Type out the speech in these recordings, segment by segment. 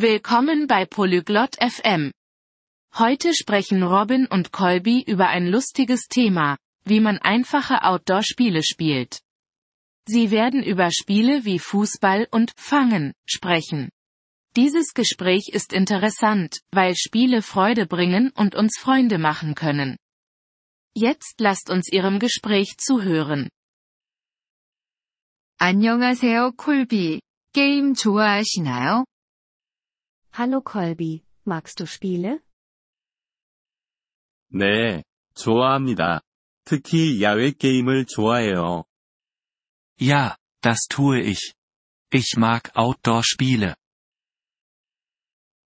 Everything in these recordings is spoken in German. Willkommen bei Polyglot FM. Heute sprechen Robin und Colby über ein lustiges Thema, wie man einfache Outdoor-Spiele spielt. Sie werden über Spiele wie Fußball und Fangen sprechen. Dieses Gespräch ist interessant, weil Spiele Freude bringen und uns Freunde machen können. Jetzt lasst uns Ihrem Gespräch zuhören. 안녕하세요, 콜비. 게임 좋아하시나요? Hallo Colby, magst du Spiele? 네, 좋아합니다. 특히 야외 게임을 좋아해요. Ja, das tue ich. Ich mag Outdoor-Spiele.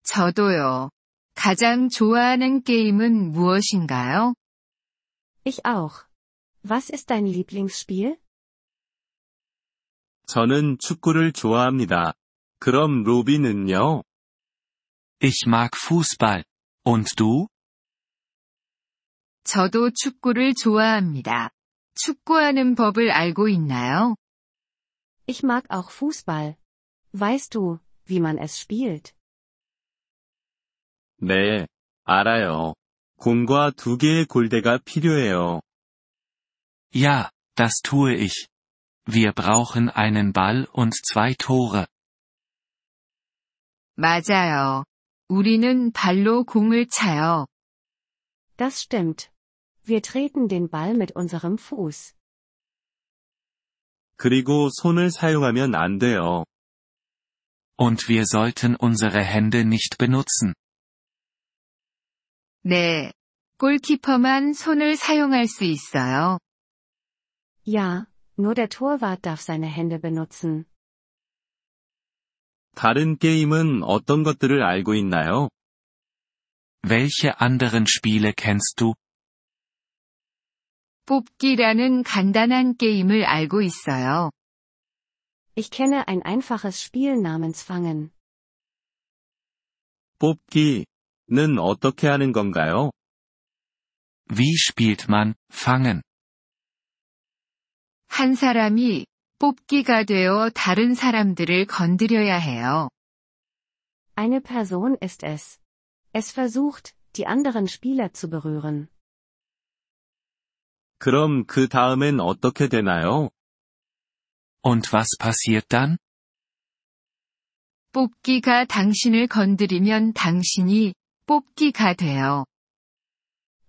저도요. 가장 좋아하는 게임은 무엇인가요? Ich auch. Was ist dein Lieblingsspiel? 저는 축구를 좋아합니다. 그럼 로비는요? Ich mag Fußball. Und du? 저도 축구를 좋아합니다. 축구하는 법을 알고 있나요? Ich mag auch Fußball. Weißt du, wie man es spielt? 네, 알아요. 공과 두 개의 골대가 필요해요. Ja, das tue ich. Wir brauchen einen Ball und zwei Tore. 맞아요. 우리는 발로 공을 차요. Das stimmt. Wir treten den Ball mit unserem Fuß. 그리고 손을 사용하면 안 돼요. Und wir sollten unsere Hände nicht benutzen. 네. 골키퍼만 손을 사용할 수 있어요. Ja, nur der Torwart darf seine Hände benutzen. 다른 게임은 어떤 것들을 알고 있나요? Welche anderen Spiele kennst du? 뽑기라는 간단한 게임을 알고 있어요. Ich kenne ein einfaches Spiel namens Fangen. 뽑기는 어떻게 하는 건가요? Wie spielt man Fangen? 한 사람이 뽑기가 되어 다른 사람들을 건드려야 해요. Eine Person ist es. Es versucht, die anderen Spieler zu berühren. 그럼 그 다음엔 어떻게 되나요? Und was passiert dann? 뽑기가 당신을 건드리면 당신이 뽑기가 돼요.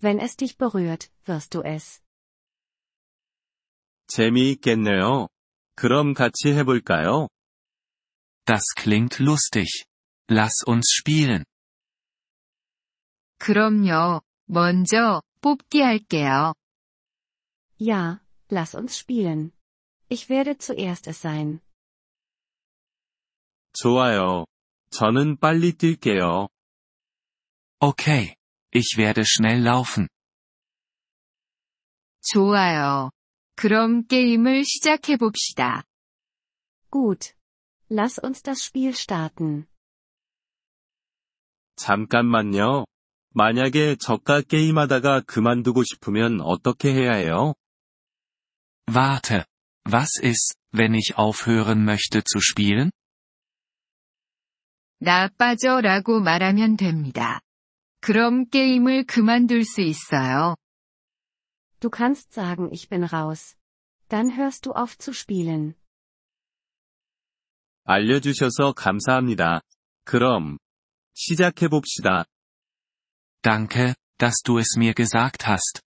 Wenn es dich berührt, wirst du es. 재미있겠네요. 그럼 같이 해볼까요? Das klingt lustig. Lass uns spielen. 그럼요. 먼저 뽑기 할게요. Ja, lass uns spielen. Ich werde zuerst es sein. 좋아요. 저는 빨리 뛸게요. Okay. Ich werde schnell laufen. 좋아요. 그럼 게임을 시작해 봅시다. Gut. Lass uns das Spiel starten. 잠깐만요. 만약에 저가 게임하다가 그만두고 싶으면 어떻게 해야 해요? Warte. Was ist, wenn ich aufhören möchte zu spielen? 나 빠져라고 말하면 됩니다. 그럼 게임을 그만둘 수 있어요. Du kannst sagen, ich bin raus. Dann hörst du auf zu spielen. 알려주셔서 감사합니다. 그럼, 시작해봅시다. Danke, dass du es mir gesagt hast.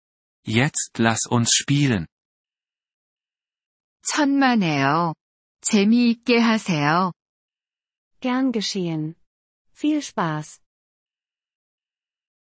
Jetzt lass uns spielen. 천만에요. 재미있게 하세요. Gern geschehen. Viel Spaß.